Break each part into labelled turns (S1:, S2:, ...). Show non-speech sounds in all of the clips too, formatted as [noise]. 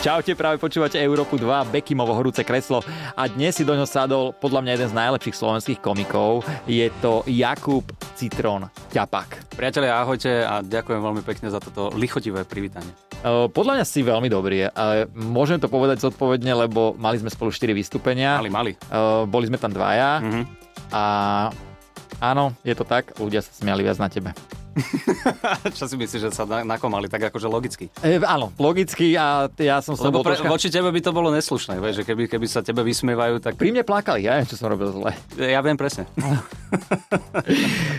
S1: Čaute, práve počúvate Európu 2, Bekimovo horúce kreslo a dnes si do ňo sadol podľa mňa jeden z najlepších slovenských komikov. Je to Jakub Citrón Ťapak.
S2: Priatelia, ahojte a ďakujem veľmi pekne za toto lichotivé privítanie.
S1: E, Podľa mňa si veľmi dobrý. ale Môžem to povedať zodpovedne, lebo mali sme spolu 4 vystúpenia.
S2: Mali, mali.
S1: E, Boli sme tam dvaja
S2: Mhm.
S1: a áno, je to tak. Ľudia sa smiali viac na tebe.
S2: [laughs] Čo si myslíš, že sa na- nakomali tak akože logicky?
S1: E, áno, logicky a t- ja som s tou
S2: Lebo
S1: bol
S2: pre,
S1: troška...
S2: voči tebe by to bolo neslušné, vieš, že keby, keby sa tebe vysmievajú, tak
S1: Pri mne plakali, ja neviem, čo som robil zle.
S2: ja viem presne.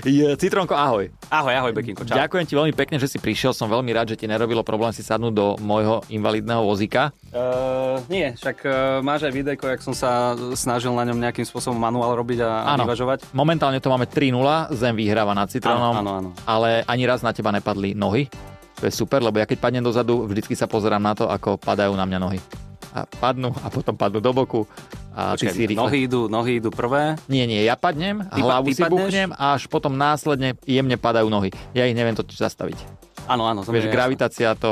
S1: Je, Citrónko, ahoj.
S2: [laughs] Ahoj, ahoj, Bekinko, čau.
S1: Ďakujem ti veľmi pekne, že si prišiel. Som veľmi rád, že ti nerobilo problém si sadnúť do môjho invalidného vozíka.
S2: Uh, nie, však uh, máš aj videjko, jak som sa snažil na ňom nejakým spôsobom manuál robiť a, a
S1: Áno.
S2: vyvažovať.
S1: Momentálne to máme 3-0, Zem vyhráva nad Citronom,
S2: Áno, áno, áno.
S1: ale ani raz na teba nepadli nohy. To je super, lebo ja keď padnem dozadu, vždycky sa pozerám na to, ako padajú na mňa nohy. A padnú a potom padnú do boku a ty
S2: Počkaj,
S1: si rýchle.
S2: nohy idú, nohy idú prvé.
S1: Nie, nie, ja padnem,
S2: Ty pa-
S1: hlavu
S2: ty
S1: si
S2: padneš?
S1: buchnem a až potom následne jemne padajú nohy. Ja ich neviem totiž zastaviť.
S2: Áno, áno, to mi
S1: Vieš,
S2: je jasné.
S1: gravitácia to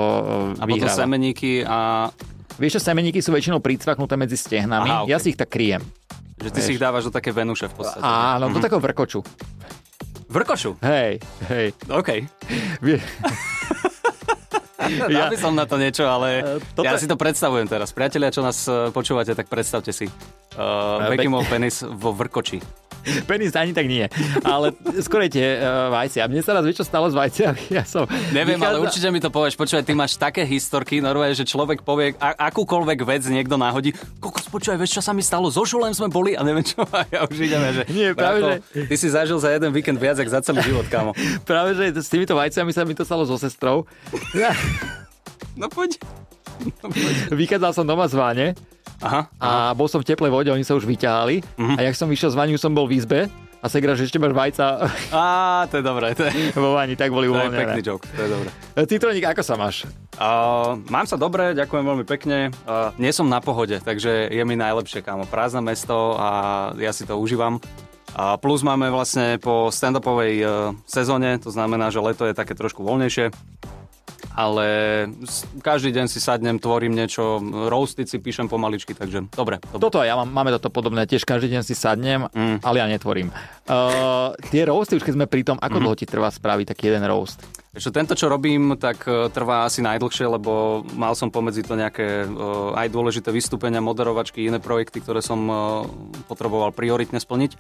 S1: e,
S2: A potom
S1: vyhráva.
S2: semeníky a
S1: Vieš, že semeníky sú väčšinou pricvaknuté medzi stehnami.
S2: Aha,
S1: Ja
S2: ok.
S1: si ich tak kryjem.
S2: že ty si ich dávaš do také venuše v podstate.
S1: Áno,
S2: Mhm.
S1: do takého vrkoču.
S2: Vrkošu,
S1: Hej, hej.
S2: OK.
S1: Vie- [laughs]
S2: Ja by som na to niečo, ale
S1: E, toto
S2: ja
S1: je-
S2: si to predstavujem teraz. Priatelia, čo nás e, počúvate, tak predstavte si. Uh,
S1: E,
S2: Bekimov penis vo vrkoči.
S1: Penis ani tak nie. Ale skôr je tie uh, vajcia. Mne sa raz niečo stalo s vajciami. Ja som...
S2: Neviem, ale určite mi to povieš. Počúvaj, ty máš také historky, normálne, že človek povie a- akúkoľvek vec niekto náhodí. Kokos, počúvaj, vieš, čo sa mi stalo? So žulem sme boli a neviem [laughs] čo. A ja už ideme, že...
S1: Nie, práve,
S2: bratko, Ty si zažil za jeden víkend viac, ako za celý život,
S1: [laughs]
S2: kámo.
S1: Práve, že s týmito vajciami sa mi to stalo so sestrou. [laughs] Ja,
S2: No poď. No, poď.
S1: vychádzal som doma z váne
S2: Aha. Mhm.
S1: a bol som v teplej vode, oni sa už vyťahali. A jak som vyšiel z vani, už som bol v izbe a segra, že ešte máš vajca [laughs]
S2: Á, to je dobré, to je,
S1: vo vani, tak boli
S2: to je
S1: uvoľnené. E,
S2: pekný joke, to je dobré.
S1: Citroník, ako sa máš?
S2: Uh, mám sa dobre, ďakujem veľmi pekne. Uh, nie som na pohode, takže je mi najlepšie, kámo. Prázdne mesto a ja si to užívam. A plus máme vlastne po stand-upovej uh, sezóne, to znamená, že leto je také trošku voľnejšie. Ale s- každý deň si sadnem, tvorím niečo, roasty si píšem pomaličky, takže dobre. dobre.
S1: Toto aj ja mám, máme toto podobné, tiež každý deň si sadnem, mm. ale ja netvorím. Uh, tie roasty, už keď sme pri tom, ako
S2: Mhm.
S1: dlho ti trvá spraviť taký jeden roast?
S2: Ešte tento, čo robím, tak e, trvá asi najdlhšie, lebo mal som pomedzi to nejaké e, aj dôležité vystúpenia, moderovačky, iné projekty, ktoré som e, potreboval prioritne splniť.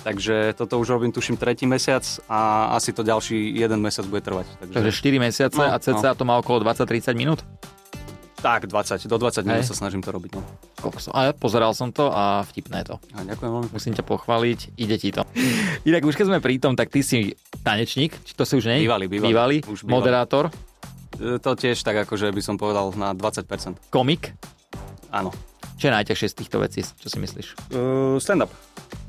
S2: Takže toto už robím, tuším, tretí mesiac a asi to ďalší jeden mesiac bude trvať. Takže
S1: Takže 4 mesiace
S2: No,
S1: a cca to má okolo 20-30 minút?
S2: tak, 20, do 20 minút
S1: Hej.
S2: sa snažím to robiť. No.
S1: Kokso. Ale pozeral som to a vtipné to.
S2: A ďakujem veľmi. E,
S1: Musím ťa pochváliť, ide ti
S2: [laughs]
S1: to. Inak už keď sme pri tom, tak ty si tanečník, či to si už nie?
S2: Bývalý, bývalý.
S1: bývalý
S2: Už bývalý.
S1: moderátor,
S2: E, To tiež tak, akože by som povedal na 20%.
S1: komik.
S2: Áno.
S1: Čo je najťažšie z týchto vecí, čo si myslíš?
S2: Uh, stand-up.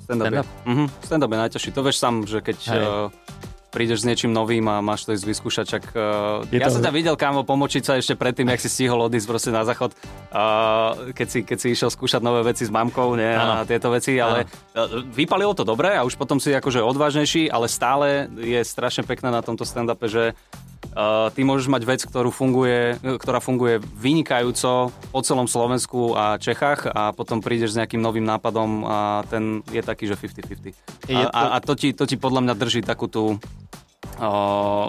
S2: Stand-up,
S1: Stand-up?
S2: Je. Mhm, stand-up je najťažší. To vieš sám, že keď
S1: Hej.
S2: uh, prídeš s niečím novým a máš to ísť vyskúšať, čak, uh,
S1: Je
S2: ja
S1: to-
S2: som ťa videl, kámo, pomočiť sa ešte predtým, jak si stihol odísť proste na záchod, uh, keď, si, keď si išiel skúšať nové veci s mamkou nie,
S1: Áno.
S2: a tieto veci, ale uh, vypalilo to dobre a už potom si akože odvážnejší, ale stále je strašne pekné na tomto stand-upe, že Uh, ty môžeš mať vec, ktorú funguje, eh, ktorá funguje vynikajúco po celom Slovensku a Čechách a potom prídeš s nejakým novým nápadom a ten je taký, že 50-50.
S1: Je to-
S2: A, a, a to, ti, to ti podľa mňa drží takú tú uh,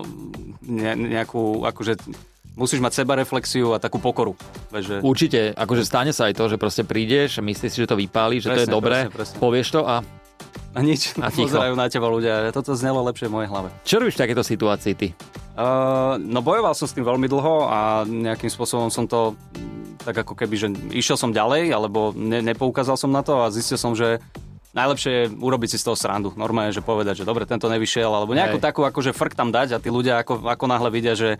S2: ne, nejakú, akože musíš mať sebareflexiu a takú pokoru. Vieš, že...
S1: Určite, akože stane sa aj to, že proste prídeš, myslíš si, že to vypáli, že to je
S2: Presne,
S1: dobré,
S2: presne, presne.
S1: povieš to a
S2: A nič,
S1: A
S2: a
S1: ticho.
S2: pozerajú na teba ľudia. že Toto znelo lepšie v mojej hlave.
S1: čo robíš v takéto situácii ty?
S2: Uh, no bojoval som s tým veľmi dlho a nejakým spôsobom som to mm, tak ako keby, že išiel som ďalej, alebo ne, nepoukázal som na to a zistil som, že najlepšie je urobiť si z toho srandu. Normálne, že povedať, že dobre, tento nevyšiel, alebo nejakú
S1: Hej.
S2: takú akože frk tam dať a tí ľudia ako, ako náhle vidia, že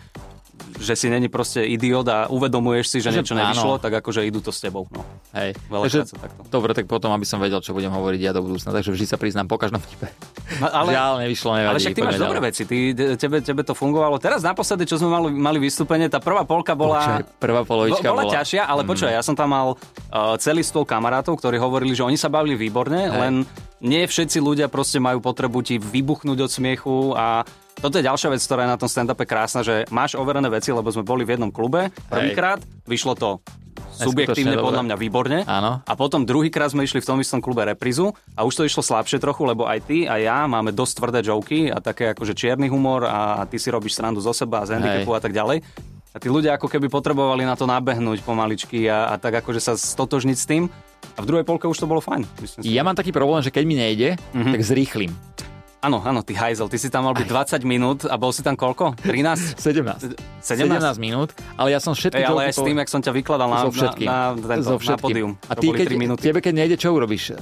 S2: že si není proste idiot a uvedomuješ si, že,
S1: Že
S2: niečo
S1: áno.
S2: nevyšlo, tak akože idú to s tebou.
S1: [laughs]
S2: No.
S1: Hej.
S2: Veľakrát sa takto.
S1: Dobre, tak potom, aby som vedel, čo budem hovoriť ja do budúcna, takže vždy sa priznám po každom tipe.
S2: No,
S1: Ale... Žiaľ, nevyšlo, nevadí.
S2: Ale však ty máš
S1: poďme
S2: dobré
S1: ďalej.
S2: veci, ty, te- tebe, tebe to fungovalo. Teraz naposledy, čo sme mali, mali vystúpenie, tá prvá polka bola...
S1: Počkaj, prvá polovička bola-
S2: bola,
S1: Mhm.
S2: ťažšia, ale počkaj, ja som tam mal uh, celý stôl kamarátov, ktorí hovorili, že oni sa bavili výborne, len nie všetci ľudia proste majú potrebu ti vybuchnúť od smiechu a toto je ďalšia vec, ktorá je na tom stand-upe krásna, že máš overené veci, lebo sme boli v jednom klube prvýkrát, vyšlo to subjektívne
S1: skutočne
S2: podľa
S1: dobré.
S2: mňa výborne.
S1: Áno.
S2: A potom druhýkrát sme išli v tom istom klube reprízu a už to išlo slabšie trochu, lebo aj ty a ja máme dosť tvrdé joky a také akože čierny humor a, a ty si robíš srandu zo seba a z handicapu a tak ďalej. A tí ľudia ako keby potrebovali na to nabehnúť pomaličky a, a tak akože sa stotožniť s tým. A v druhej polke už to bolo fajn. Myslím si.
S1: Ja mám taký problém, že keď mi nejde,
S2: Mhm.
S1: mm-hmm. tak zrýchlim.
S2: Áno, áno, ty hajzel, ty si tam mal byť 20 minút a bol si tam koľko? 13?
S1: 17. 17
S2: 17?
S1: minút, ale ja som všetky
S2: Ej,
S1: joky
S2: ale aj s tým,
S1: povedal-
S2: jak som ťa vykladal na,
S1: so všetkým.
S2: na, na, tento,
S1: so
S2: na pódium.
S1: A
S2: To
S1: ty,
S2: boli
S1: keď,
S2: 3 minúty.
S1: tebe, keď nejde, čo urobíš?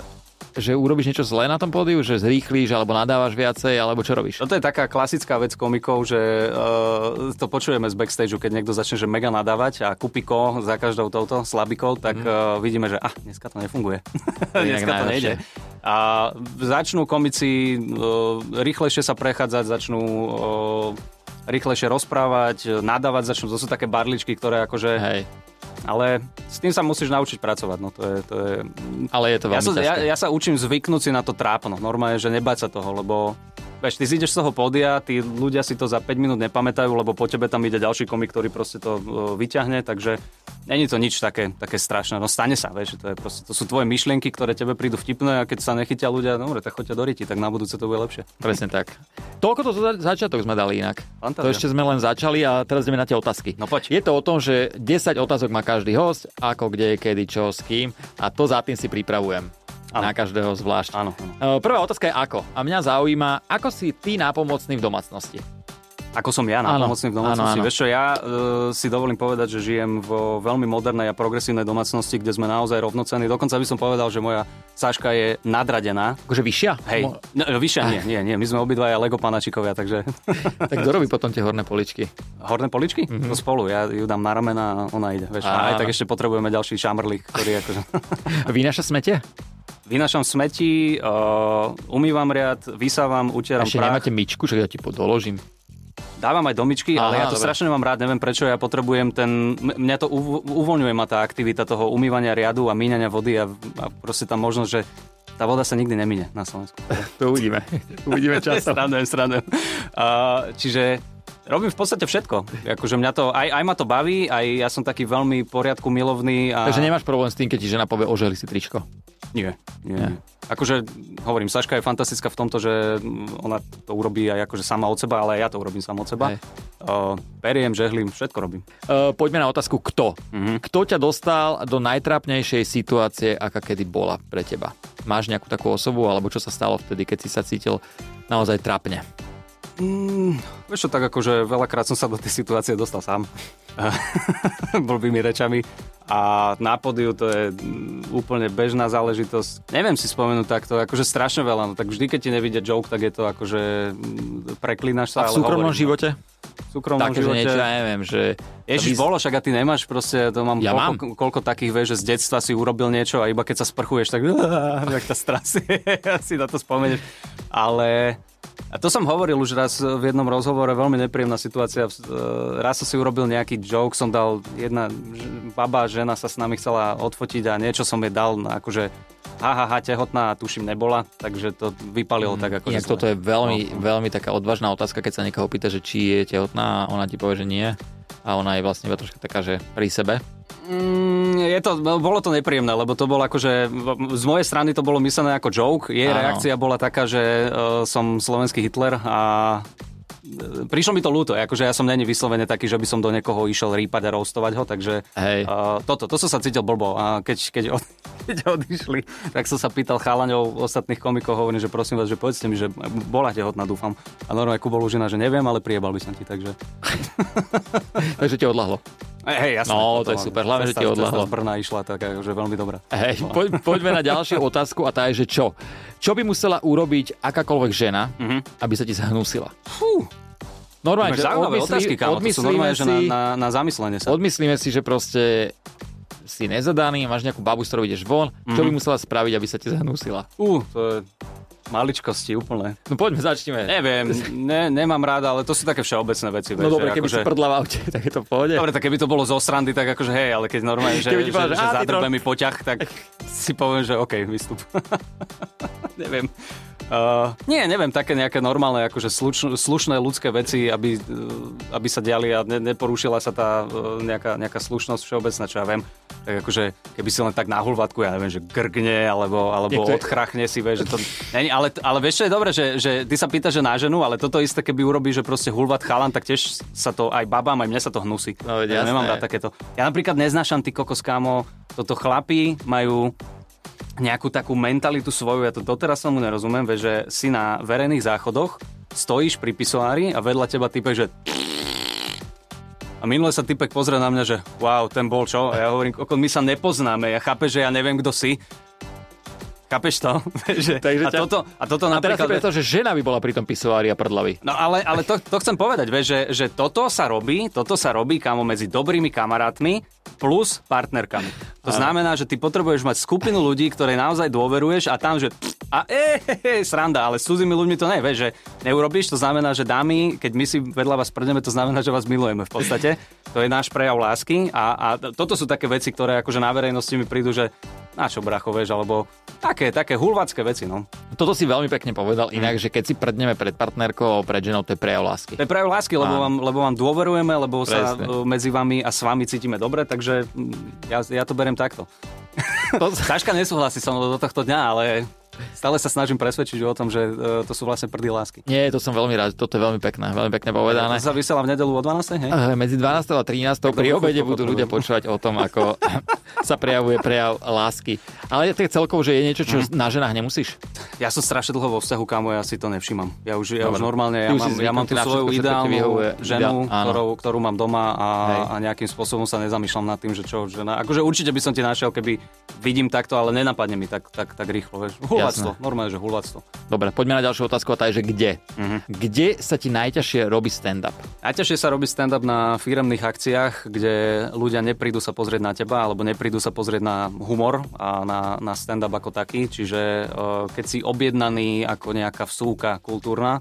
S1: Že urobíš niečo zlé na tom pódiu? Že zrýchlíš, alebo nadávaš viacej, alebo čo robíš?
S2: Toto je taká klasická vec komikov, že uh, to počujeme z backstageu, keď niekto začne že mega nadávať a kupiko za každou touto slabikou, tak uh, vidíme, že ah, dneska to nefunguje.
S1: Mhm. je inak
S2: [laughs] dneska to
S1: najlepšie.
S2: nejde. A začnú komici uh, rýchlejšie sa prechádzať, začnú uh, rýchlejšie rozprávať, nadávať, začnú. To sú také barličky, ktoré akože...
S1: Hej,
S2: Ale s tým sa musíš naučiť pracovať. No to je, to je
S1: ale je to
S2: ja,
S1: veľmi
S2: sa, ja,
S1: ťažké.
S2: ja sa učím zvyknúť si na to trápno. Normálne, že nebať sa toho, lebo vieš, ty zídeš z toho pódia, tí ľudia si to za 5 minút nepamätajú, lebo po tebe tam ide ďalší komik, ktorý proste to e, vyťahne, takže není to nič také, také strašné. No stane sa, vieš, že to, je proste, to sú tvoje myšlienky, ktoré tebe prídu vtipné a keď sa nechytia ľudia, no, dobre, tak choďte do riti, tak na budúce to bude lepšie.
S1: Presne tak. Toľko to za- začiatok sme dali inak. To
S2: Fantázia.
S1: ešte sme len začali a teraz ideme na tie otázky.
S2: No poď.
S1: Je to o tom, že 10 otázok má každý host, ako, kde, kedy, čo, s kým a to za tým si pripravujem.
S2: Áno.
S1: Na každého zvlášť.
S2: Áno, áno.
S1: E, Prvá otázka je ako. A mňa zaujíma, ako si ty nápomocný v domácnosti.
S2: Ako som ja
S1: Áno,
S2: nápomocný v
S1: áno,
S2: domácnosti.
S1: áno.
S2: Vieš čo, ja e, si dovolím povedať, že žijem vo veľmi modernej a progresívnej domácnosti, kde sme naozaj rovnocení. Dokonca by som povedal, že moja Saška je nadradená.
S1: Akože vyššia?
S2: Hej,
S1: Mo-
S2: no, vyššia nie, nie, nie. My sme obidvaja Lego panačikovia,
S1: [laughs]
S2: takže
S1: tak kto robí potom tie horné poličky?
S2: horné poličky? Mm-hmm. To spolu, ja ju dám na ramena a ona ide.
S1: Mhm.
S2: Vieš,
S1: Áno.
S2: a aj tak ešte potrebujeme ďalší šamrlík, ktorý akože... [laughs]
S1: Vynáša smete?
S2: Vynašam smeti, uh, umývam riad, vysávam, utieram
S1: Ešte
S2: prach.
S1: nemáte myčku, že ja ti podoložím.
S2: Dávam aj domičky, ale
S1: Aha,
S2: ja to
S1: dobre.
S2: strašne mám rád, neviem prečo, ja potrebujem ten, m- mňa to uv- uvoľňuje ma tá aktivita toho umývania riadu a míňania vody a, a proste tam možnosť, že tá voda sa nikdy nemine na Slovensku.
S1: To [laughs] uvidíme. uvidíme časom.
S2: Srandujem, srandujem. Uh, čiže robím v podstate všetko. Akože mňa to, aj, aj ma to baví, aj ja som taký veľmi poriadku milovný. A...
S1: Takže nemáš problém s tým, keď ti žena povie, ožehli si tričko.
S2: Nie, nie. nie. Akože hovorím, Saška je fantastická v tomto, že mm, ona to urobí aj akože sama od seba, ale aj ja to urobím sama od seba.
S1: Hej.
S2: Uh, periem, žehlím, všetko robím.
S1: Uh, poďme na otázku kto. Mm-hmm.
S2: Mhm.
S1: Kto ťa dostal do najtrápnejšej situácie, aká kedy bola pre teba? Máš nejakú takú osobu, alebo čo sa stalo vtedy, keď si sa cítil naozaj trápne?
S2: Mm, Vieš čo, tak akože veľakrát som sa do tej situácie dostal sám. [laughs] Blbými rečami. A na podiu to je mm, úplne bežná záležitosť. Neviem si spomenúť takto, akože strašne veľa. No, tak vždy, keď ti nevidia joke, tak je to akože mm, preklínaš sa.
S1: A v
S2: ale
S1: súkromnom
S2: hovorím,
S1: živote?
S2: no. V súkromnom
S1: Také, že
S2: živote.
S1: niečo, ja neviem, že...
S2: Ježiš,
S1: Aby-
S2: bolo, však a ty nemáš proste, to mám,
S1: Ja
S2: koľko,
S1: mám.
S2: koľko takých, vieš, že z detstva si urobil niečo a iba keď sa sprchuješ, tak [laughs] tak tá strasie, [laughs] si na to spomeneš. Ale a to som hovoril už raz v jednom rozhovore, veľmi nepríjemná situácia. E, Raz som si urobil nejaký joke, som dal, jedna ž- baba, žena sa s nami chcela odfotiť a niečo som jej dal, no akože ha, ha, ha, tehotná a tuším nebola, takže to vypalilo tak ako...
S1: Mhm. Inak toto je veľmi, veľmi taká odvážna otázka, keď sa niekoho pýta, že či je tehotná a ona ti povie, že nie. A ona je vlastne iba troška taká, že pri sebe. [laughs]
S2: Mm, je to, bolo to nepríjemné, lebo to bolo akože, z mojej strany to bolo myslené ako joke, jej
S1: Áno.
S2: Áno. reakcia bola taká, že uh, som slovenský Hitler a e, prišlo mi to ľúto, akože ja som není vyslovene taký, že by som do niekoho išiel rýpať a roastovať ho, takže
S1: Hej.
S2: Uh, toto, to som sa cítil blbo a keď, keď, od, [laughs] keď odišli, tak som sa pýtal chálaňov ostatných komikov, hovorím, že prosím vás, že povedzte mi, že bola tehotná, dúfam. A normálne Kubo Lužina, že neviem, ale priebal by som ti, takže...
S1: Takže ťa odlahlo.
S2: Hej, jasné,
S1: No, to je
S2: toto hlavne.
S1: super, hlavne, že
S2: Cesta-
S1: ti
S2: cesta
S1: odľahlo. Eh,
S2: Z Brna išla tak akože veľmi dobrá.
S1: Hej, poď, poďme na ďalšiu otázku a tá je, že čo? Čo by musela urobiť akákoľvek žena,
S2: Mhm.
S1: aby sa ti zhnusila?
S2: Fú,
S1: Normálne,
S2: máš
S1: eh, že
S2: zaujímavé
S1: odmyslí-
S2: otázky, kámo. To sú
S1: odmyslíme
S2: normálne, že
S1: si,
S2: na, na, na zamyslenie sa.
S1: odmyslíme si, že proste si nezadaný, máš nejakú babu, s ktorou ideš von, čo
S2: Mhm.
S1: by musela spraviť, aby sa ti zhnusila?
S2: Ú, to je maličkosti úplne.
S1: No poďme, začnime.
S2: Neviem, ne, nemám rád, ale to sú také všeobecné veci.
S1: No
S2: vieš,
S1: dobre,
S2: že
S1: keby si
S2: akože-
S1: prdla v aute, tak je to v pohode.
S2: Dobre, tak keby to bolo zo srandy, tak akože hej, ale keď normálne, že,
S1: Keby ti [laughs]
S2: že,
S1: povedal,
S2: že
S1: že á, ty
S2: zadrbe mi poťah, tak si poviem, že OK, vystup. [laughs] neviem. Uh, nie, neviem, také nejaké normálne, akože sluč, slušné ľudské veci, aby, uh, aby sa diali a ne, neporušila sa tá uh, nejaká, nejaká slušnosť všeobecná, čo ja viem. Tak akože, keby si len tak na hulvatku, ja neviem, že grgne, alebo, alebo
S1: Niekto je-
S2: odchrachne si, vieš, že to... Není, ale, ale vieš, čo je dobré, že, že ty sa pýtaš, že na ženu, ale toto isté, keby urobí, že proste hulvat chalan, tak tiež sa to aj babám, aj mne sa to hnusí.
S1: No, veď
S2: ja
S1: jasné.
S2: nemám rád takéto. Ja napríklad neznášam ty kokos, kámo, toto chlapí majú nejakú takú mentalitu svoju, ja to doteraz tomu nerozumiem, vieš, že si na verejných záchodoch, stojíš pri pisoári a vedľa teba type, že a minule sa typek pozrie na mňa, že wow, ten bol čo? A ja hovorím, kokon, my sa nepoznáme, ja chápem, že ja neviem, kto si. Chápeš to? [laughs] že,
S1: Takže
S2: a,
S1: ťa-
S2: toto, a toto
S1: A teraz si
S2: napríklad...
S1: predstav, že žena by bola pri tom pisoári a prdlavi.
S2: No ale, ale to, to chcem povedať, vieš, že, že toto sa robí, toto sa robí, kámo, medzi dobrými kamarátmi plus partnerkami. To znamená, že ty potrebuješ mať skupinu ľudí, ktorej naozaj dôveruješ a tam, že a e, he, he, sranda, ale s cudzými ľuďmi to ne, vieš, že neurobíš, to znamená, že dámy, keď my si vedľa vás prdeme, to znamená, že vás milujeme v podstate. To je náš prejav lásky a, a toto sú také veci, ktoré akože na verejnosti mi prídu, že na čo bracho, vieš, alebo také, také hulvácké veci, no.
S1: Toto si veľmi pekne
S2: Mhm.
S1: povedal, inak, že keď si prdneme pred partnerkou, pred ženou, to je prejav lásky.
S2: To je prejav lásky, lebo
S1: Áno.
S2: vám, lebo vám dôverujeme, lebo sa
S1: Presne.
S2: e, medzi vami a s vami cítime dobre, takže mm, ja, ja to berem takto.
S1: To,
S2: Saška nesúhlasí so mnou do tohto dňa, ale stále sa snažím presvedčiť o tom, že e, to sú vlastne prdy lásky.
S1: nie, to som veľmi rád, toto je veľmi pekné, veľmi pekne povedané.
S2: To sa vysiela v nedelu o 12. Hej?
S1: Eh, Medzi 12. a 13. pri
S2: dobre,
S1: obede
S2: chudko,
S1: budú
S2: dobre.
S1: ľudia počúvať o tom, ako [laughs] sa prejavuje prejav lásky. Ale to je celkovo, že je niečo, čo na ženách nemusíš.
S2: Ja som strašne dlho vo vzťahu, kamo, ja si to nevšímam. Ja už, ja už
S1: Dobre.
S2: normálne,
S1: Ty
S2: ja
S1: už si
S2: mám, ja mám tú
S1: zvyknutý na
S2: svoju
S1: všetko, čo ti
S2: ideálnu
S1: vyhovuje.
S2: ženu,
S1: Ideál- áno.
S2: ktorou, ktorú mám doma a,
S1: Hej.
S2: a nejakým spôsobom sa nezamýšľam nad tým, že čo žena. Akože určite by som ti našiel, keby vidím takto, ale nenapadne mi tak, tak, tak rýchlo. Vieš. Hulváctvo, normálne, že hulváctvo.
S1: Dobre, poďme na ďalšiu otázku a tá je, že kde? Kde sa ti najťažšie robí stand-up?
S2: Najťažšie sa robí stand-up na firemných akciách, kde ľudia neprídu sa pozrieť na teba alebo neprídu sa pozrieť na humor a na, na stand-up ako taký. Čiže e, keď si objednaný ako nejaká vsúka kultúrna,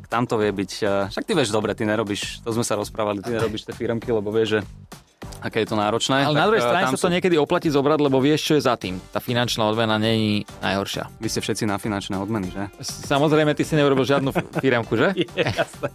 S2: tak tam to vie byť. e, Však ty vieš dobre, ty nerobíš, to sme sa rozprávali, ty nerobíš tie firemky, lebo vieš, že aké je to náročné.
S1: Ale na druhej
S2: e,
S1: strane
S2: tam
S1: sa to
S2: sú-
S1: niekedy oplatí zobrať, lebo vieš, čo je za tým. Tá finančná odmena není najhoršia.
S2: Vy ste všetci na finančné odmeny,
S1: [laughs]
S2: že?
S1: Samozrejme, ty si neurobil žiadnu firemku, [laughs] že?
S2: Jasné.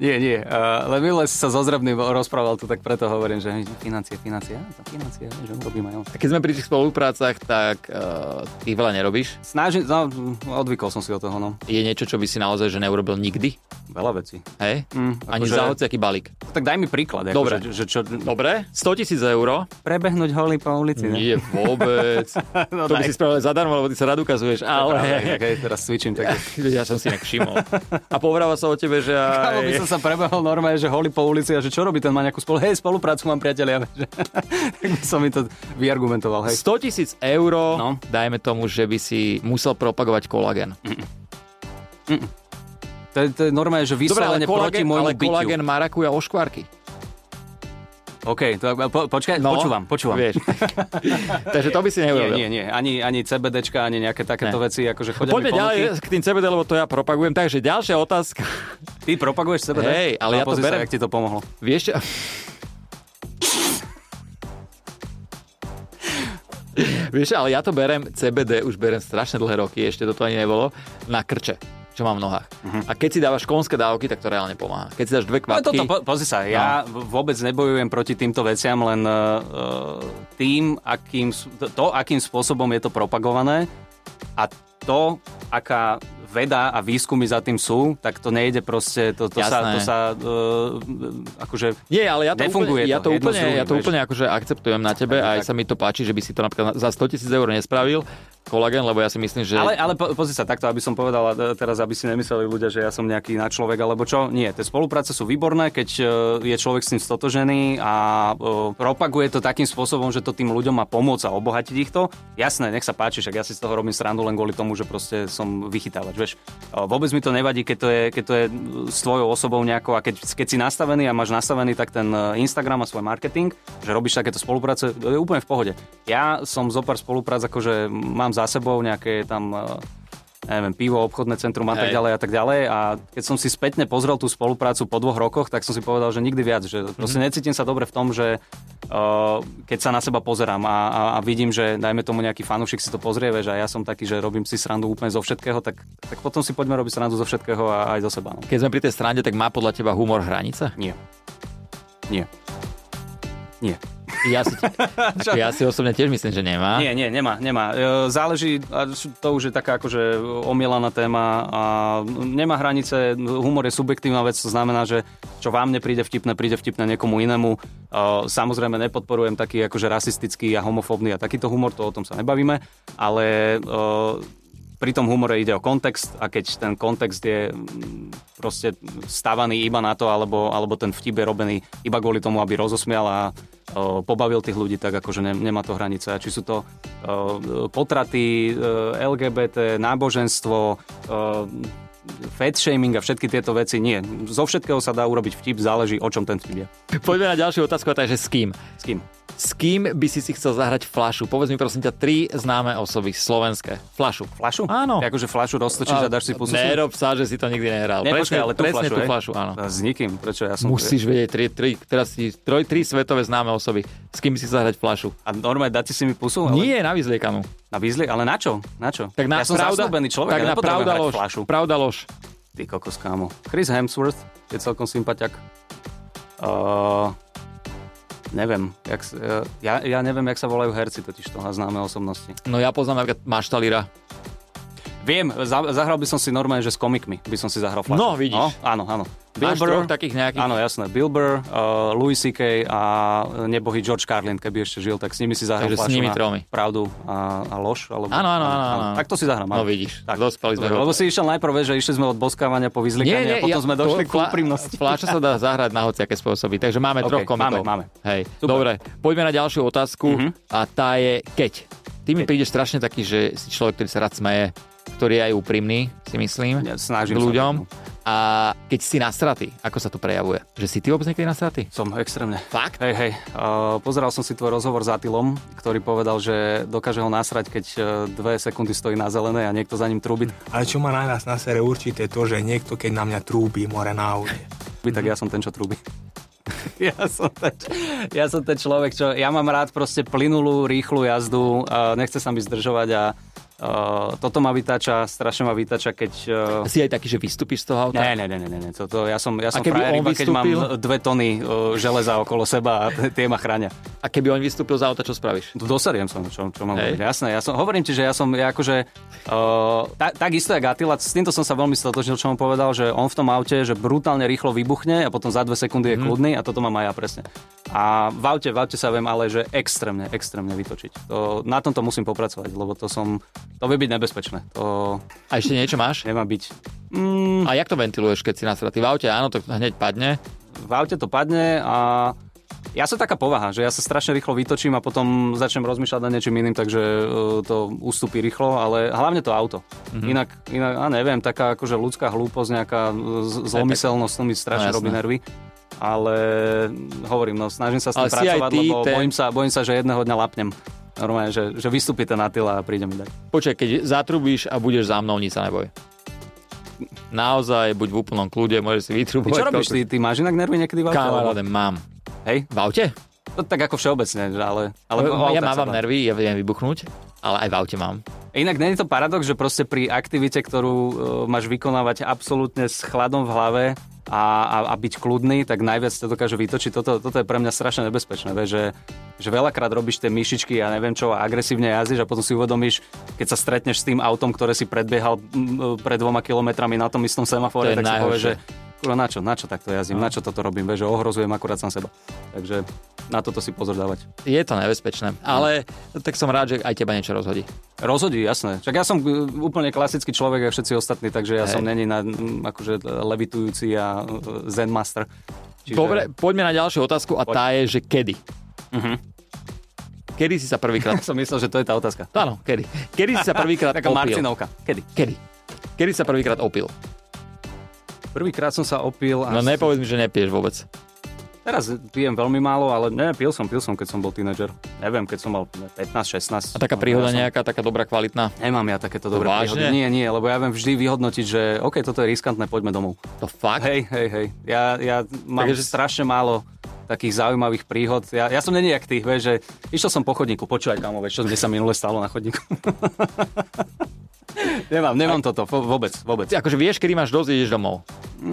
S2: nie, nie. Uh, len minule si sa so Zrebným rozprával tu, tak preto hovorím, že financie, financie, áno, financie, že robím aj on.
S1: Keď sme pri tých spoluprácach, tak uh, ty veľa nerobíš.
S2: Snažím, no, odvykol som si od toho, no.
S1: Je niečo, čo by si naozaj že neurobil nikdy?
S2: Veľa vecí.
S1: Hej?
S2: Mm,
S1: Ani
S2: akože-
S1: za hociaký balík.
S2: Tak daj mi príklad, ako,
S1: Dobre.
S2: Dobre. Že, že čo, no,
S1: Dobre, 100 tisíc eur.
S2: prebehnúť holý po ulici, ne?
S1: Nie vôbec.
S2: [laughs] No
S1: to by
S2: daj.
S1: si spravil zadarmo, lebo ty sa rád ukazuješ. Ale
S2: Tak, hej, teraz cvičím, [laughs] tak...
S1: [laughs] ja som si inak všimol. A povráva sa o tebe, že
S2: Kámo by
S1: aj...
S2: som sa prebehol normálne, že holý po ulici a že čo robí, ten má nejakú spolu... Hej, spoluprácu mám priatelia, [laughs] že... tak by som mi to vyargumentoval, hej.
S1: 100 tisíc eur,
S2: No.
S1: dajme tomu, že by si musel propagovať kolagén.
S2: Mhm. To je, to je normálne, že
S1: Dobre, ale
S2: vyselenie proti
S1: kolagén,
S2: môjmu
S1: ale
S2: bytiu.
S1: kolagén marakuja oškvárky.
S2: OK, to, po, počkaj,
S1: No,
S2: počúvam, počúvam. [laughs]
S1: Vieš. Takže to by si neurobil.
S2: Nie, nie, nie. Ani, ani CBDčka, ani nejaké takéto
S1: Ne.
S2: veci, akože chodia
S1: Poďme
S2: mi
S1: ďalej
S2: ponuky.
S1: k tým CBD, lebo to ja propagujem. Takže ďalšia otázka.
S2: Ty propaguješ CBD?
S1: Hej, ale
S2: A
S1: ja to
S2: pozri
S1: berem.
S2: Sa, jak ti to pomohlo.
S1: Vieš, čo- Vieš, ale ja to berem, CBD už berem strašne dlhé roky, ešte toto ani nebolo, na krče, čo mám v nohách.
S2: Mhm.
S1: A keď si dávaš konské dávky, tak to reálne pomáha. Keď si dáš dve
S2: Ale
S1: kvapky,
S2: No, toto, po, pozri sa, ja v- vôbec nebojujem proti týmto veciam, len uh, tým, akým, s- to- to, akým spôsobom je to propagované a to, aká veda a výskumy za tým sú, tak to nejde proste, to, to sa,
S1: Jasné.
S2: to sa uh, akože
S1: Nie, ale ja to
S2: Nefunguje
S1: úplne, ja
S2: to,
S1: to,
S2: jedno s
S1: úplne,
S2: druhým,
S1: ja to
S2: vieš.
S1: úplne akože akceptujem na tebe a aj
S2: tak.
S1: sa mi to páči, že by si to napríklad za 100 tisíc eur nespravil, kolagén, lebo ja si myslím, že...
S2: Ale, ale po- pozri sa takto, aby som povedal e, teraz, aby si nemysleli ľudia, že ja som nejaký na človek alebo čo. Nie, tie spolupráce sú výborné, keď e, je človek s tým stotožený a e, propaguje to takým spôsobom, že to tým ľuďom má pomôcť a obohatiť ich to. Jasné, nech sa páči, však ja si z toho robím srandu len kvôli tomu, že proste som vychytávač. Vieš, E, vôbec mi to nevadí, keď to je, keď to je s tvojou osobou nejako a keď, keď si nastavený a máš nastavený tak ten e, Instagram a svoj marketing, že robíš takéto spolupráce, to je úplne v pohode. Ja som zo pár spoluprác, akože mám za sebou nejaké tam e, neviem, pivo, obchodné centrum a tak
S1: Hej.
S2: ďalej a tak ďalej. A keď som si spätne pozrel tú spoluprácu po dvoch rokoch, tak som si povedal, že nikdy viac, že proste necítim sa dobre v tom, že eh, keď sa na seba pozerám a, a, a vidím, že dajme tomu nejaký fanúšik si to pozrie, vieš, a ja som taký, že robím si srandu úplne zo všetkého, tak, tak potom si poďme robiť srandu zo všetkého a aj zo seba. No.
S1: Keď sme pri tej strande, tak má podľa teba humor hranice?
S2: Nie. Nie. Nie.
S1: Ja si,
S2: [laughs]
S1: ako ja si osobne tiež myslím, že nemá.
S2: Nie, nie, nemá, nemá. E, Záleží, a sú- to už je taká akože omielaná téma a nemá hranice, humor je subjektívna vec, to znamená, že čo vám nepríde vtipné, príde vtipné niekomu inému. E, Samozrejme nepodporujem taký akože rasistický a homofóbny a takýto humor, to o tom sa nebavíme, ale e, pri tom humore ide o kontext a keď ten kontext je mm, proste stavaný iba na to, alebo, alebo ten vtip je robený iba kvôli tomu, aby rozosmial a o, pobavil tých ľudí, tak akože ne, nemá to hranice. A či sú to o, potraty, e, LGBT, náboženstvo, e, fat shaming a všetky tieto veci, nie. Zo všetkého sa dá urobiť vtip, záleží o čom ten vtip je.
S1: Poďme na ďalšiu otázku, a takže s kým?
S2: S kým?
S1: S kým by si si chcel zahrať flašu? Povedz mi prosím ťa tri známe osoby slovenské. Flašu.
S2: Flašu?
S1: Áno.
S2: Akože flašu roztočíš a, dáš si pusu?
S1: Nerob sa, že si to nikdy nehral.
S2: Ne,
S1: presne
S2: počkaj, ale tú
S1: presne
S2: flašu,
S1: tú
S2: hej?
S1: flašu, áno.
S2: S nikým, prečo ja som...
S1: Musíš vedieť tri, tri, teraz si, troj, tri svetové známe osoby. S kým by si chcel zahrať flašu?
S2: A normálne dáte si mi pusu? Ale...
S1: Nie, na vyzliekanú.
S2: Na výzli? Ale na čo? Na čo?
S1: Tak na
S2: ja som
S1: pravda-
S2: zasľúbený človek,
S1: tak
S2: ja
S1: na
S2: nepotrebujem
S1: pravda
S2: hrať
S1: lož.
S2: flašu.
S1: Pravda lož.
S2: Ty kokos, kámo. Chris Hemsworth je celkom sympatiak. Uh, neviem, jak, s- eh, ja, ja neviem, jak sa volajú herci totiž to a známe osobnosti.
S1: No ja poznám napríklad Maštalíra.
S2: Viem, za, zahral by som si normálne, že s komikmi by som si zahral flašu.
S1: No, vidíš.
S2: No, áno, áno.
S1: Máš troch takých nejakých?
S2: Áno, jasné. Bill Burr, uh, Louis C.K. a nebohý George Carlin, keby ešte žil, tak s nimi si zahral
S1: Takže s
S2: flašu
S1: nimi
S2: na
S1: tromi.
S2: pravdu a, a lož. Alebo...
S1: Áno, áno, áno, áno.
S2: Tak to si zahrám.
S1: No
S2: áno.
S1: vidíš,
S2: Tak,
S1: dospeli sme.
S2: Dobre, lebo si išiel najprv, vieš, že išli sme od boskávania po vyzlikanie a potom sme došli k úprimnosti.
S1: Fláša sa dá zahrať na hociaké spôsoby, takže máme
S2: OK,
S1: troch komikov.
S2: máme, máme.
S1: Hej,
S2: Super. Mhm.
S1: dobre, poďme na ďalšiu otázku a tá je keď. Ty mi prídeš strašne taký, že si človek, ktorý sa rád smeje, ktorý je aj úprimný, si myslím,
S2: Ja
S1: k
S2: snažím sa. no.
S1: ľuďom. A keď si nasratý, ako sa to prejavuje? Že si ty vôbec niekedy nasratý?
S2: Som extrémne.
S1: Fakt?
S2: Hej, hej, uh, pozeral som si tvoj rozhovor s Atilom, ktorý povedal, že dokáže ho nasrať, keď uh, dve sekundy stojí na zelenej a niekto za ním trúbi.
S3: Ale čo ma najviac nasere určite je to, že niekto, keď na mňa trúbi more na aute.
S2: trúbi, tak ja som ten, čo trúbi. [laughs] Ja som, ten, ja som ten človek, čo... Ja mám rád proste plynulú, rýchlu jazdu, uh, nechce sa mi zdržovať a uh, toto ma vytáča, strašne ma vytáča, keď... Uh,
S1: Si aj taký, že vystúpiš z toho auta?
S2: Ne, ne, ne, ne, ne, ne. Toto, ja som, ja som
S1: keby
S2: frajer,
S1: on
S2: iba keď mám
S1: vystúpil?
S2: dve tony uh, železa okolo seba a t- tie ma chráňa.
S1: A keby on vystúpil z auta, čo spravíš?
S2: Doseriem som, čo, čo mám
S1: Hej.
S2: robiť. Jasné, ja som, hovorím ti, že ja som ja akože, uh, ta, takisto jak Attila, s týmto som sa veľmi stotožnil, čo on povedal, že on v tom aute, že brutálne rýchlo vybuchne a potom za dve sekundy je kľudný a toto mám aj ja presne. A v aute, v aute sa viem ale, že extrémne, extrémne vytočiť. To, na tomto musím popracovať, lebo to som, to vie byť nebezpečné. To
S1: A ešte niečo máš?
S2: [laughs] nemá byť. Mm,
S1: A jak to ventiluješ, keď si nasratý? V aute, áno, to hneď padne.
S2: v aute to padne a ja som taká povaha, že ja sa strašne rýchlo vytočím a potom začnem rozmýšľať nad niečím iným, takže e, to ustúpi rýchlo, ale hlavne to auto.
S1: Mhm.
S2: Mm-hmm. Inak, inak, a neviem, taká akože ľudská hlúposť, nejaká e, z- zlomyselnosť, to mi strašne
S1: No, jasné.
S2: robí nervy. Ale mm, hovorím, no snažím sa s
S1: Ale
S2: tým
S1: si aj
S2: pracovať,
S1: ty
S2: lebo
S1: ten-
S2: bojím, sa, bojím sa, že jedného dňa lapnem. Normálne, že, že vystúpi ten Atila a príde mi dať.
S1: Počkaj, keď zatrubíš a budeš za mnou, nič sa neboj. Naozaj, buď v úplnom kľude, môžeš si
S2: Ty
S1: vytrubovať.
S2: čo robíš? Ty, ty máš inak nervy niekedy v aute? alebo-
S1: Kamaráde, mám.
S2: Hej?
S1: V aute?
S2: To tak ako všeobecne, že ale... ale o
S1: ja
S2: autách sa
S1: mám
S2: bavím.
S1: nervy, ja viem vybuchnúť, ale aj v aute mám.
S2: Inak není to paradox, že proste pri aktivite, ktorú e, máš vykonávať absolútne s chladom v hlave a, a, a byť kľudný, tak najviac to dokáže vytočiť. Toto, toto je pre mňa strašne nebezpečné, vieš, že, že veľakrát robíš tie myšičky a neviem čo, a agresívne jazdíš a potom si uvedomíš, keď sa stretneš s tým autom, ktoré si predbiehal mm, e, pred dvoma kilometrami na tom istom
S1: To
S2: semafore,
S1: je
S2: tak si povieš, že
S1: najhoršie. No.
S2: kurva, na čo, na čo takto jazdím, na čo toto robím, vieš, že ohrozujem akurát sám seba. Takže na toto si pozor dávať.
S1: Je to nebezpečné, ale tak som rád, že aj teba niečo rozhodí.
S2: Rozhodí, jasné. Čak ja som uh, úplne klasický človek, ako všetci ostatní, takže ja
S1: Hej.
S2: som není na, mm, akože levitujúci a uh, zen master. Čiže
S1: Dobre, poďme na ďalšiu otázku a tá je, že kedy?
S2: Mhm.
S1: Kedy si sa prvýkrát... No,
S2: Som myslel, že to je tá otázka.
S1: Áno, kedy. Kedy si sa prvýkrát
S2: [laughs] Taká
S1: opil?
S2: Marcinovka. Kedy?
S1: Kedy? Kedy sa prvýkrát opil?
S2: Prvýkrát som sa opil a
S1: No nepovedz mi, že nepiješ vôbec.
S2: Teraz pijem veľmi málo, ale ne, pil som, pil som, keď som bol tínedžer. Neviem, keď som mal 15-16.
S1: A taká príhoda
S2: No, Ja som-
S1: nejaká, taká dobrá, kvalitná.
S2: Nemám ja takéto dobré
S1: Vážne?
S2: príhody. Nie, nie, lebo ja viem vždy vyhodnotiť, že OK, toto je riskantné, poďme domov.
S1: To fakt.
S2: Hej, hej, hej. Ja, ja mám
S1: Takže-
S2: Takže... strašne málo takých zaujímavých príhod. Ja, ja som není jak ty, vieš, že išiel som po chodníku, počúvaj kamo, vieš, čo mne sa minule stalo na chodníku. [laughs] nemám, nemám toto, vo- vôbec, vôbec.
S1: Ty akože vieš, kedy máš dosť, ideš domov.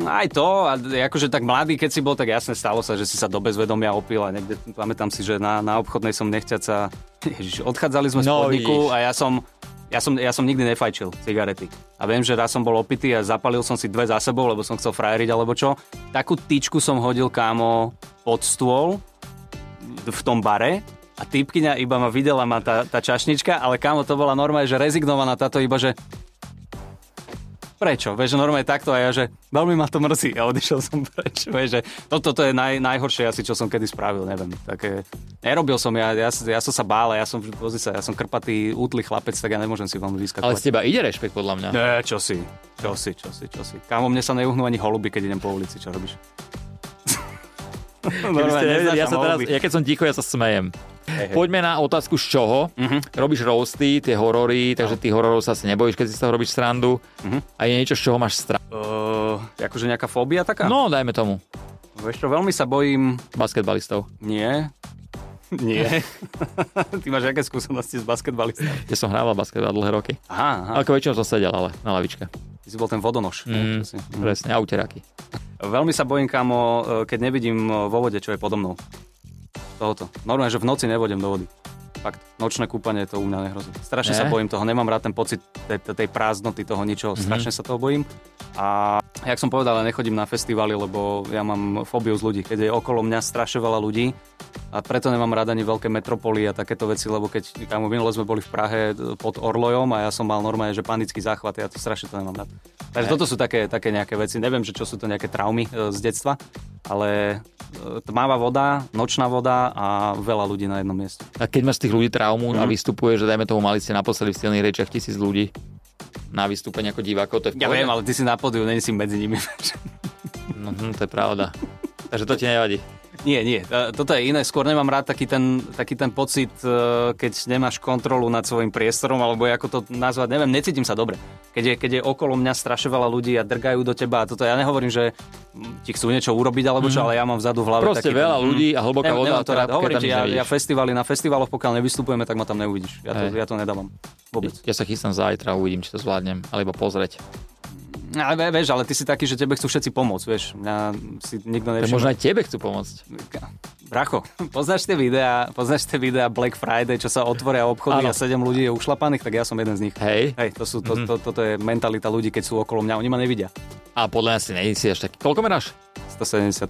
S2: Aj to, a d- akože tak mladý, keď si bol, tak jasne stalo sa, že si sa do bezvedomia opil a niekde, pamätám si, že na, na obchodnej som nechťaca, [laughs] ježiš, odchádzali sme z
S1: No,
S2: podniku
S1: vidíš.
S2: a ja som, ja som, ja som nikdy nefajčil cigarety. A viem, že raz som bol opitý a zapalil som si dve za sebou, lebo som chcel frajeriť alebo čo. Takú tyčku som hodil kámo pod stôl v tom bare a typkyňa iba ma videla ma tá, tá čašnička, ale kámo to bola normálne, že rezignovaná táto iba, že prečo? Vieš, že normálne takto a ja, že veľmi ma to mrzí a odišiel som preč. [laughs] Vieš, že toto to je naj, najhoršie asi, čo som kedy spravil, neviem. Také, nerobil som, ja, ja, ja som sa bál, a ja som, pozri sa, ja som krpatý, útly chlapec, tak ja nemôžem si veľmi vyskakovať.
S1: Ale z teba ide rešpekt, podľa mňa.
S2: Ne, čo si, čo si, čo si, čo si. Kámo, mne sa neuhnú ani holuby, keď idem po ulici, čo robíš? [laughs]
S1: Keby ste
S2: Normálne,
S1: nevedeli, ja,
S2: neznášam
S1: sa teraz,
S2: holuby.
S1: ja keď som ticho, ja sa smejem.
S2: Hej, Mhm. hej.
S1: Poďme na otázku z čoho. Robíš roasty, tie horory,
S2: No.
S1: takže ty hororov sa asi nebojíš, keď si sa robíš srandu.
S2: Mhm.
S1: A je niečo, z čoho máš strach.
S2: Eh, akože nejaká fóbia taká?
S1: No, dajme tomu.
S2: Vieš čo, veľmi sa bojím...
S1: Basketbalistov.
S2: Nie. Nie. [laughs] Ty máš aké skúsenosti s basketbalistami?
S1: Ja som hrával basketbal dlhé roky.
S2: Aha, aha.
S1: Ako väčšinou som sedel, ale na lavičke.
S2: Ty si bol ten vodonož.
S1: Mm,
S2: Čo si- no.
S1: presne, a uteráky.
S2: Veľmi sa bojím, kamo, e, keď nevidím e, vo vode, čo je podo mnou. Tohoto. Normálne, že v noci nevodem do vody. Fakt, nočné kúpanie to u mňa nehrozí. Strašne
S1: Ne?
S2: ne? sa bojím toho, nemám rád ten pocit tej, tej- tej prázdnoty, toho ničoho, strašne sa toho bojím. A jak som povedal, ja nechodím na festivaly, lebo ja mám fóbiu z ľudí, keď je okolo mňa strašne veľa ľudí a preto nemám rád ani veľké metropoly a takéto veci, lebo keď kamo minule sme boli v Prahe e, pod Orlojom a ja som mal normálne, že panický záchvat, ja to strašne to nemám rád. Takže toto sú také, také nejaké veci, neviem, že čo sú to nejaké traumy e, z detstva, ale e, tmavá voda, nočná voda a veľa ľudí na jednom mieste.
S1: A keď máš z tých ľudí traumu
S2: Mhm.
S1: a vystupuješ, že dajme tomu, mali ste naposledy v silných rečiach tisíc ľudí na vystúpenie ako divákov, to je v
S2: Ja
S1: pohode.
S2: viem, ale ty si na podiu, není si medzi nimi. [laughs]
S1: No, hm, to je pravda. Takže to ti nevadí.
S2: nie, nie, e, toto je iné. Skôr nemám rád taký ten, taký ten pocit, e, keď nemáš kontrolu nad svojim priestorom, alebo ako to nazvať, neviem, necítim sa dobre. Keď je, keď je okolo mňa strašne veľa ľudí a drgajú do teba a toto, ja nehovorím, že mm, ti chcú niečo urobiť alebo čo, ale ja mám vzadu v hlave
S1: Mhm. Proste
S2: taký ten-
S1: veľa
S2: mm.
S1: ľudí a hlboká
S2: Nem-
S1: voda,
S2: nemám to
S1: ktorá-
S2: rád.
S1: keď
S2: Hovorím
S1: tam
S2: ti,
S1: nič
S2: ja,
S1: nevidíš.
S2: ja festivali, na festivaloch, pokiaľ nevystupujeme, tak ma tam neuvidíš. Ja to,
S1: Hej.
S2: ja to nedávam. Vôbec.
S1: Ja sa chystám zajtra, uvidím, či to zvládnem, alebo pozrieť.
S2: Ale ve- vieš, ale ty si taký, že tebe chcú všetci pomôcť, vieš. Mňa si
S1: Tak
S2: nikto nevšimol.
S1: možno aj tebe chcú pomôcť.
S2: Bracho, poznáš tie videá, poznáš tie videá Black Friday, čo sa otvoria obchody
S1: Áno.
S2: a 7 ľudí je ušlapaných, tak ja som jeden z nich.
S1: Hej, Mhm.
S2: Hej, to sú, to, to, toto je mentalita ľudí, keď sú okolo mňa, oni ma nevidia.
S1: a podľa mňa si nejde si až taký. Koľko meráš?
S2: 175.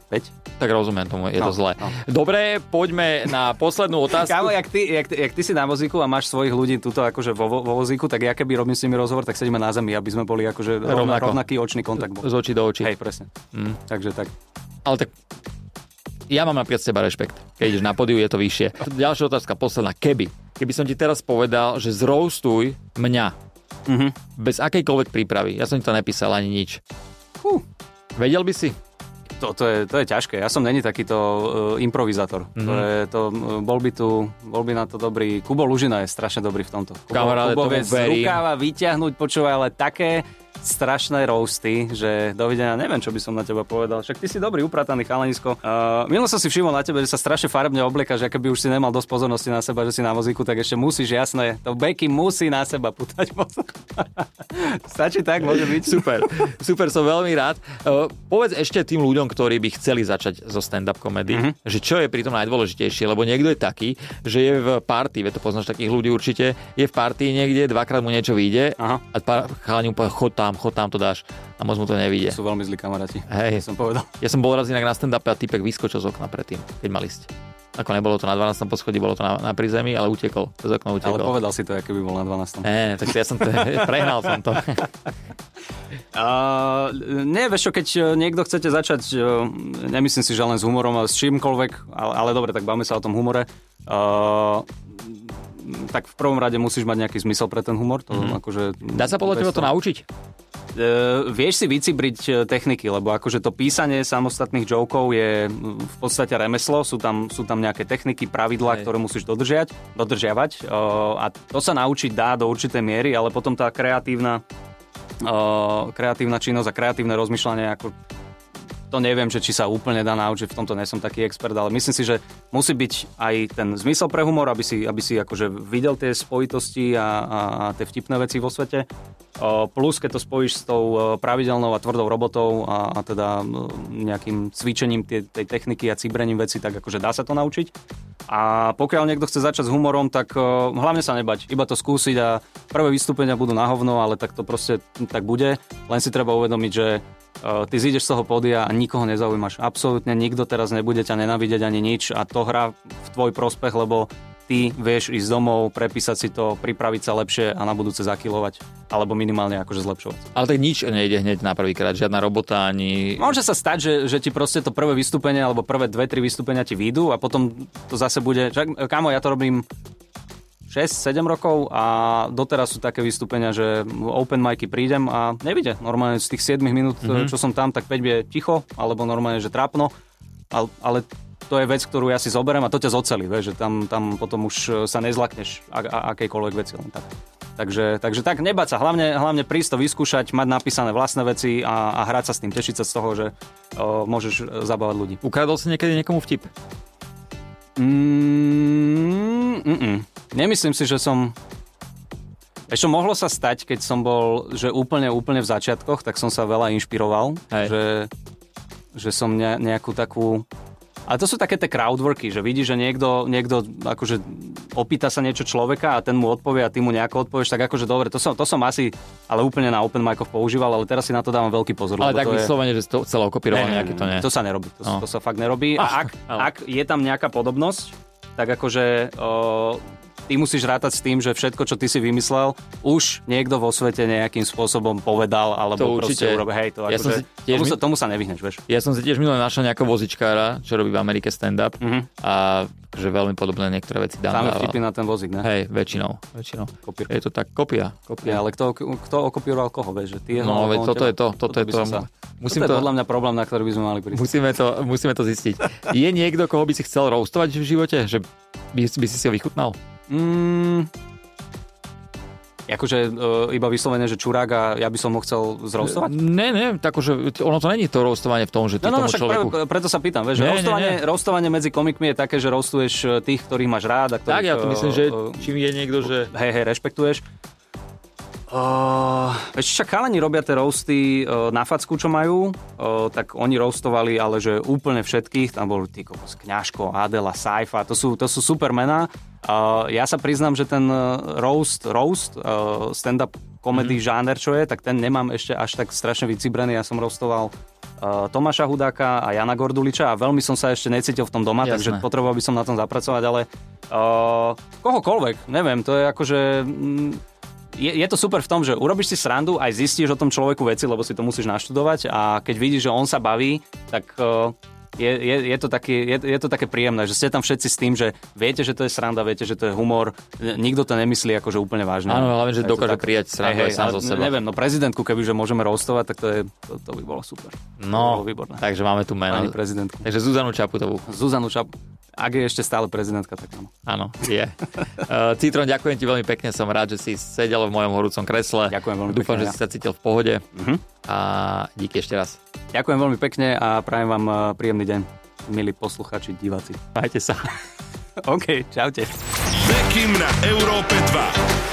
S1: Tak rozumiem tomu, je to
S2: No,
S1: zlé.
S2: no.
S1: Dobre, poďme na poslednú
S2: Kámo,
S1: otázku.
S2: jak ty, jak, ty- jak ty si na vozíku a máš svojich ľudí tuto akože vo, vo- vo vozíku, tak ja keby robím s nimi rozhovor, tak sedíme na zemi, aby sme boli akože rovna,
S1: Rovnako. Mhm.
S2: rovnaký očný kontakt. Bol.
S1: Z očí do očí.
S2: Hej, presne. Mm. Takže tak.
S1: Ale tak ja mám napríklad z teba rešpekt. Keď ideš na podiu, je to vyššie. Ďalšia otázka, posledná. Keby. Keby som ti teraz povedal, že zroustuj mňa.
S2: Mhm.
S1: Bez akejkoľvek prípravy. Ja som ti to nepísal ani nič.
S2: Hú,
S1: Vedel by si?
S2: to, to, je, to je ťažké. Ja som není takýto uh, improvizátor.
S1: Mhm.
S2: Mm. To je, to, uh, bol, by tu, bol by na to dobrý. Kubo Lužina je strašne dobrý v tomto. Kubo,
S1: Kamaráde,
S2: Kubo
S1: tomu
S2: vie z
S1: verím.
S2: rukáva vyťahnuť, počúvaj, ale také strašné roasty, že dovidenia, neviem, čo by som na teba povedal. Však ty si dobrý, uprataný chalanisko. Uh, Milo som si všimol na tebe, že sa strašne farebne oblieka, že keby už si nemal dosť pozornosti na seba, že si na vozíku, tak ešte musíš, jasné, to beky musí na seba putať [laughs] mozog. Stačí tak, môže byť.
S1: Super, super, som veľmi rád. Eh, Povedz ešte tým ľuďom, ktorí by chceli začať so stand-up komedy,
S2: Mhm.
S1: mm-hmm. že čo je pritom najdôležitejšie, lebo niekto je taký, že je v party, veď to poznáš takých ľudí určite, je v party niekde, dvakrát mu niečo vyjde
S2: Aha.
S1: a pár chalani mu povie, chod tam, chod tam to dáš a moc mu to nevyjde.
S2: Sú veľmi zlí kamaráti,
S1: Hej,
S2: som povedal.
S1: ja som bol raz inak na stand-upe a typek vyskočil z okna predtým, keď mal ísť. Ako nebolo to na 12. poschodí, bolo to na, na prízemí, ale utekol, z okna
S2: Ale
S1: utekol.
S2: povedal si to, aké by bol na 12.
S1: Ne, tak ja som to, [laughs] prehnal som
S2: [laughs]
S1: to.
S2: Uh, nie, vieš čo, keď eh, niekto chcete začať, uh, nemyslím si, že len s humorom, ale s čímkoľvek, ale, ale dobre, tak bavme sa o tom humore. Uh, tak v prvom rade musíš mať nejaký zmysel pre ten humor. To, mm-hmm. akože,
S1: Mhm. Dá sa podľa
S2: bez
S1: teba to
S2: toho-
S1: naučiť?
S2: E, vieš si vycibriť e, techniky, lebo akože to písanie samostatných jokov je mm, v podstate remeslo, sú tam, sú tam nejaké techniky,
S1: Hej.
S2: pravidlá, ktoré musíš dodržiať, dodržiavať e, a to sa naučiť dá do určitej miery, ale potom tá kreatívna, e, kreatívna činnosť a kreatívne rozmýšľanie ako to neviem, že či sa úplne dá naučiť, v tomto nesom taký expert, ale myslím si, že musí byť aj ten zmysel pre humor, aby si, aby si akože videl tie spojitosti a, a, a tie vtipné veci vo svete. O, plus, keď to spojíš s tou e, pravidelnou a tvrdou robotou a, a teda mm, nejakým cvičením tie, tej techniky a cibrením veci, tak akože dá sa to naučiť. A pokiaľ niekto chce začať s humorom, tak e, hlavne sa nebať, iba to skúsiť a prvé vystúpenia budú na hovno, ale tak to proste tak bude. Len si treba uvedomiť, že Uh, ty zídeš z toho pódia a nikoho nezaujímaš. Absolútne nikto teraz nebude ťa nenávidieť ani nič a to hrá v tvoj prospech, lebo ty vieš ísť domov, prepísať si to, pripraviť sa lepšie a na budúce zakilovať alebo minimálne akože zlepšovať.
S1: Ale tak nič nejde hneď na prvýkrát, žiadna robota ani...
S2: Môže sa stať, že, že ti proste to prvé vystúpenie alebo prvé dve, tri vystúpenia ti výjdu a potom to zase bude... Čak, kámo, ja to robím 6-7 rokov a doteraz sú také vystúpenia, že v open micy prídem a nevidie. Normálne z tých 7 minút, mm-hmm. čo som tam, tak 5 je ticho, alebo normálne, že trápno. Ale, ale to je vec, ktorú ja si zoberiem a to ťa zoceli, vieš, že tam, tam potom už e, sa nezlakneš a, a, akejkoľvek veci len tak. Takže, takže tak, nebať sa, hlavne, hlavne prísť to vyskúšať, mať napísané vlastné veci a, a hrať sa s tým, tešiť sa z toho, že o, môžeš e, zabávať ľudí.
S1: Ukradol si niekedy niekomu vtip?
S2: Mm, mm-mm. Nemyslím si, že som... Ešte mohlo sa stať, keď som bol, že úplne, úplne v začiatkoch, tak som sa veľa inšpiroval,
S1: Hej.
S2: že, že som ne, nejakú takú... A to sú také tie crowdworky, že vidíš, že niekto, niekto akože opýta sa niečo človeka a ten mu odpovie a ty mu nejako odpovieš, tak akože dobre, to som, to som asi, ale úplne na open micoch používal, ale teraz si na to dávam veľký pozor.
S1: Ale
S2: lebo
S1: tak
S2: to je-
S1: vyslovene, že si to celé okopíroval nejaký to nie.
S2: to sa nerobí, to,
S1: No.
S2: no. to sa fakt nerobí. A ak,
S1: ale-
S2: ak je tam nejaká podobnosť, tak akože o, ty musíš rátať s tým, že všetko, čo ty si vymyslel, už niekto vo svete nejakým spôsobom povedal,
S1: To
S2: alebo
S1: určite.
S2: proste urobil. Hej, to
S1: Ja som
S2: akože,
S1: si tiež
S2: tomu,
S1: my-
S2: sa, tomu sa nevyhneš, vieš.
S1: Ja som si tiež minulé našiel nejakého vozičkára, čo robí v Amerike stand-up
S2: Mhm.
S1: a že veľmi podobné niektoré veci dám.
S2: Tam
S1: dáva.
S2: vtipy na ten vozík, ne?
S1: Hej, väčšinou. väčšinou.
S2: Kopír.
S1: Je to tak, kopia.
S2: Ja,
S1: kopia.
S2: ale kto, kto okopíroval koho, vieš? Že ty jeho,
S1: No,
S2: alebo
S1: veď
S2: on
S1: toto
S2: teba?
S1: je to, toto je
S2: by
S1: to.
S2: som sa-
S1: Musím
S2: toto je
S1: to,
S2: podľa mňa problém, na ktorý by sme mali prísť.
S1: musíme to, musíme to zistiť. Je niekto, koho by si chcel roustovať v živote? Že by, by si si ho vychutnal?
S2: Mm, akože e, iba vyslovene, že čurák a ja by som ho chcel zrostovať?
S1: Ne, ne, tak že ono to není to roustovanie v tom, že ty
S2: No, no, no
S1: tomu
S2: však
S1: človeku...
S2: Pre, preto sa pýtam, vieš, že
S1: Nie, nie,
S2: roastovanie,
S1: nie.
S2: roastovanie medzi komikmi je také, že roastuješ e, tých, ktorých máš rád a ktorých,
S1: Tak ja to myslím,
S2: e,
S1: že
S2: e,
S1: čím je niekto, že...
S2: hej, hej, rešpektuješ. Uh, vieš, však chalani robia tie roasty uh, na facku, čo majú, uh, tak oni roastovali, ale že úplne všetkých, tam bol ty kokos, Kňažko, Adela, Saifa, to sú, to sú super mená. Uh, ja sa priznám, že ten uh, roast, roast, uh, stand-up komedy mm-hmm. žáner, čo je, tak ten nemám ešte až tak strašne vycibrený, ja som roastoval uh, Tomáša Hudáka a Jana Gorduliča a veľmi som sa ešte necítil v tom doma,
S1: Jasné.
S2: takže potreboval by som na tom zapracovať, ale uh, kohokoľvek, neviem, to je akože... Mm, je, je to super v tom, že urobíš si srandu, aj zistíš o tom človeku veci, lebo si to musíš naštudovať a keď vidíš, že on sa baví, tak uh, je, je, je, to taký, je, je to také príjemné, že ste tam všetci s tým, že viete, že to je sranda, viete, že to je humor, n- nikto to nemyslí akože úplne vážne.
S1: Áno, hlavne, že
S2: Je to
S1: dokáže
S2: tak-
S1: prijať srandu aj sám
S2: ale
S1: zo seba.
S2: Neviem, no prezidentku, kebyže môžeme roastovať, tak to, je, to, to by bolo super. To
S1: No,
S2: by bolo výborné.
S1: takže máme tu meno.
S2: Pani prezidentku.
S1: Takže Zuzanu Čaputovú.
S2: Zuzanu Čap, ak je ešte stále prezidentka, tak áno.
S1: Áno,
S2: [laughs]
S1: je. Uh, Citron, ďakujem ti veľmi pekne, som rád, že si sedel v mojom horúcom kresle.
S2: Ďakujem veľmi
S1: Dúfam, že
S2: pekne, ja.
S1: si sa cítil v pohode.
S2: Mhm.
S1: A díky ešte raz.
S2: Ďakujem veľmi pekne a prajem vám eh, príjemný deň, milí posluchači, diváci. [laughs]
S1: Majte sa.
S2: OK, čaute.
S4: Bekim na Európe 2.